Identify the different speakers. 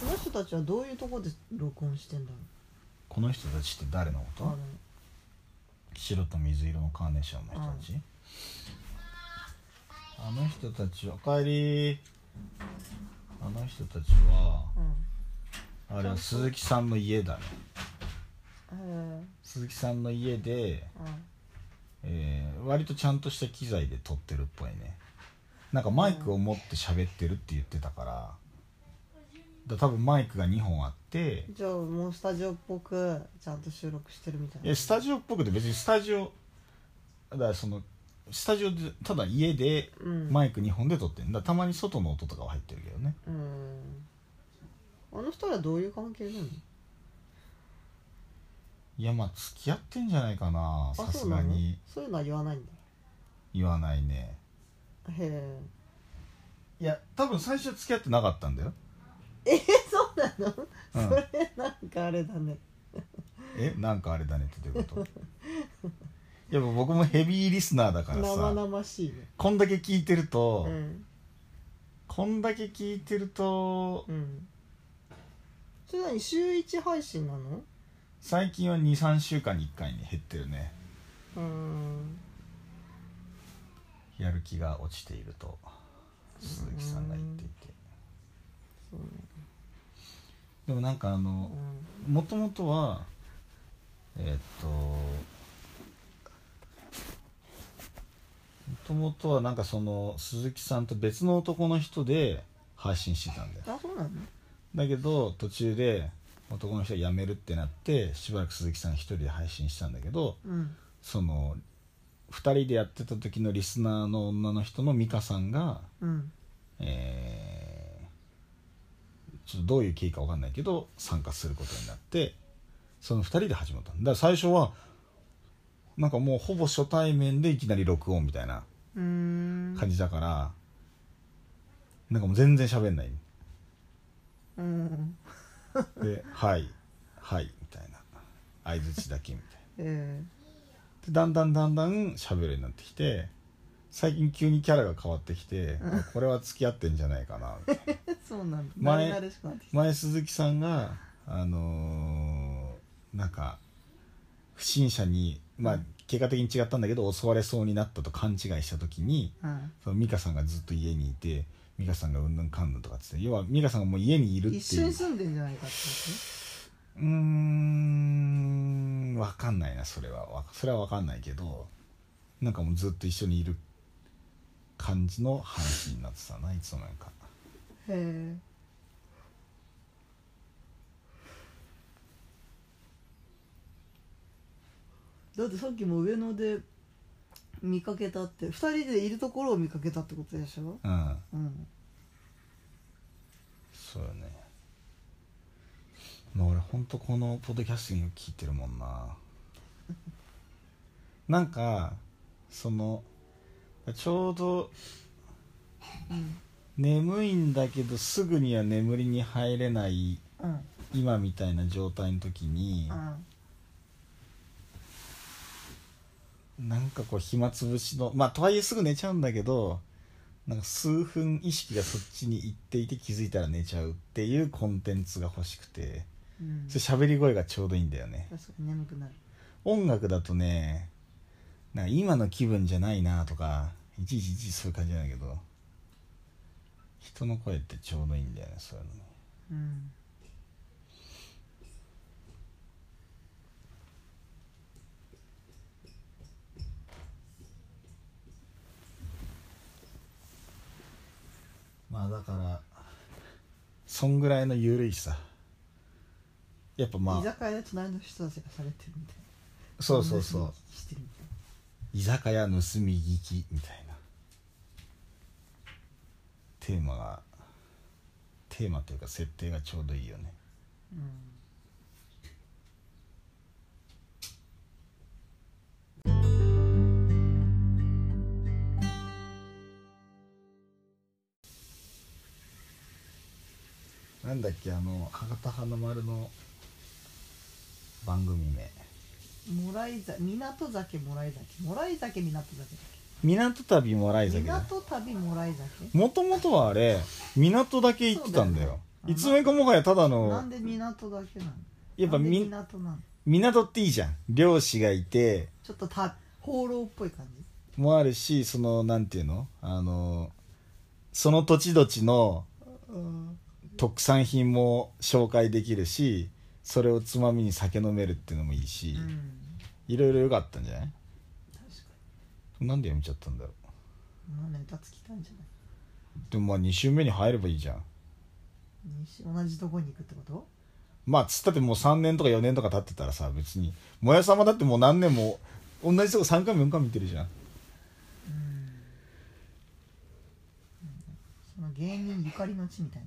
Speaker 1: その人たちはどういうとこで録音してんだろ
Speaker 2: この人たちって誰のこ
Speaker 1: うあ
Speaker 2: と白と水色のカーネーションの人たち、あの人たちはおかえりあの人たちは
Speaker 1: の
Speaker 2: あれは鈴木さんの家だね
Speaker 1: うんへ
Speaker 2: 鈴木さんの家
Speaker 1: え
Speaker 2: で、
Speaker 1: うん
Speaker 2: えー割とちゃんとした機材で撮ってるっぽいねなんかマイクを持って喋ってるって言ってたからだから多分マイクが2本あって
Speaker 1: じゃあもうスタジオっぽくちゃんと収録してるみたい
Speaker 2: い
Speaker 1: な
Speaker 2: やスタジオっぽくて別にスタジオだからそのスタジオでただ家で
Speaker 1: うん
Speaker 2: マイク2本で撮ってるんだからたまに外の音とかは入ってるけどね
Speaker 1: うんあの人らどういう関係なの
Speaker 2: いやまあ付き合ってんじゃないかな
Speaker 1: あ
Speaker 2: さ
Speaker 1: そ
Speaker 2: す
Speaker 1: うな
Speaker 2: が
Speaker 1: の
Speaker 2: に
Speaker 1: そういうのは言わないんだ
Speaker 2: 言わないね
Speaker 1: へえ
Speaker 2: いや多分最初は付き合ってなかったんだよ
Speaker 1: えそうなの、
Speaker 2: うん
Speaker 1: それなんかあれだね
Speaker 2: えなんかあれだねってどういうこといや僕もヘビーリスナーだから
Speaker 1: 生
Speaker 2: さ
Speaker 1: 々しいね
Speaker 2: こんだけ聞いてると、
Speaker 1: うん
Speaker 2: こんだけ聞いてると
Speaker 1: うんそれ何週一配信なの
Speaker 2: 最近は23週間に1回に減ってるね
Speaker 1: うん
Speaker 2: やる気が落ちていると鈴木さんが言っていて
Speaker 1: そうね
Speaker 2: でもなんかあの
Speaker 1: うん
Speaker 2: もともとはえーっともともとはなんかその鈴木さんと別の男の人で配信してたんだよ
Speaker 1: あそうなの
Speaker 2: だけど途中で男の人が辞めるってなってしばらく鈴木さん一人で配信したんだけど
Speaker 1: うん
Speaker 2: その2人でやってた時のリスナーの女の人の美香さんが
Speaker 1: うん
Speaker 2: えーちょっとどういう経緯か分かんないけど参加することになってその2人で始まっただから最初はなんかもうほぼ初対面でいきなり録音みたいな
Speaker 1: うーん
Speaker 2: 感じだから、なんかもう全然喋んない
Speaker 1: うん
Speaker 2: で「はいはい」みたいな相づちだけみたいな
Speaker 1: え
Speaker 2: でだんだんだんだん喋るようになってきて最近急にキャラが変わってきてあこれは付き合ってんじゃないかなみたいな
Speaker 1: えそうなんだ
Speaker 2: 前
Speaker 1: 慣れしくなってき
Speaker 2: 前鈴木さんがあのーなんか不審者にまあ結果的に違ったんだけど襲われそうになったと勘違いした時に
Speaker 1: たうん
Speaker 2: その美香さんがずっと家にいて美香さんがうんぬんかんぬんとかっつって要は美香さんがもう家にいるっていう
Speaker 1: 一緒に住んでんじゃないかって
Speaker 2: うーんわかんないなそれはわそれはわかんないけどなんかもうずっと一緒にいる感じの話になってたないつの間にか
Speaker 1: ことへえだってさっきも上野で見かけたって二人でいるところを見かけたってことでしょ
Speaker 2: うん
Speaker 1: うん
Speaker 2: そうよねまあ俺ほんとこのポッドキャスティング聞いてるもんななんかそのちょうど
Speaker 1: うん
Speaker 2: 眠いんだけどすぐには眠りに入れない
Speaker 1: うん
Speaker 2: 今みたいな状態の時に、なんかこう暇つぶしのまあとはいえすぐ寝ちゃうんだけどなんか数分意識がそっちに行っていて気づいたら寝ちゃうっていうコンテンツが欲しくて
Speaker 1: うん
Speaker 2: それ喋り声がちょうどいいんだよね
Speaker 1: 確かに眠くなる
Speaker 2: 音楽だとねなんか今の気分じゃないなとかいちいちいちいちそういう感じなんだけど人の声ってちょうどいいんだよねそういうのね
Speaker 1: うん
Speaker 2: まあだからそんぐらいの緩いさやっぱま
Speaker 1: 居
Speaker 2: あ
Speaker 1: 酒屋で隣の人たちが喋ってるみたいな
Speaker 2: そうそうそう
Speaker 1: してるみたい
Speaker 2: 居酒屋盗み聞きみたいなテーマがテーマというか設定がちょうどいいよね
Speaker 1: な
Speaker 2: なんだっけあの博多華丸の番組名
Speaker 1: うんもらい酒港酒もらい酒もらい酒港酒だっ
Speaker 2: 「港旅もら
Speaker 1: け
Speaker 2: い酒」だ
Speaker 1: 港旅もらい酒
Speaker 2: もともとはあれ港だけ行ってたんだ
Speaker 1: そうだ
Speaker 2: よ
Speaker 1: よね
Speaker 2: いつめかもはやただ
Speaker 1: な
Speaker 2: の
Speaker 1: んで港だけなの
Speaker 2: やっぱ
Speaker 1: なんで
Speaker 2: み
Speaker 1: 港なの
Speaker 2: 港っていいじゃん漁師がいて
Speaker 1: ちょっとた放浪っぽい感じ
Speaker 2: もあるしそのなんていうのあのその土地土地の特産品も紹介できるしそれをつまみに酒飲めるっていうのもいいし、
Speaker 1: うん
Speaker 2: いろいろ良かったんじゃない
Speaker 1: 確か
Speaker 2: なんでやめちゃったんだろう
Speaker 1: にまあネタつきたいんじゃない
Speaker 2: でもまあ2週目に入ればいいじゃん
Speaker 1: 西同じとこに行くってこと
Speaker 2: まあつったってもう3年とか4年とか経ってたらさ別にもやさまだってもう何年も同じとこ3回も4回も見てるじゃ
Speaker 1: う
Speaker 2: ん
Speaker 1: んその芸人ゆかりの地みたいな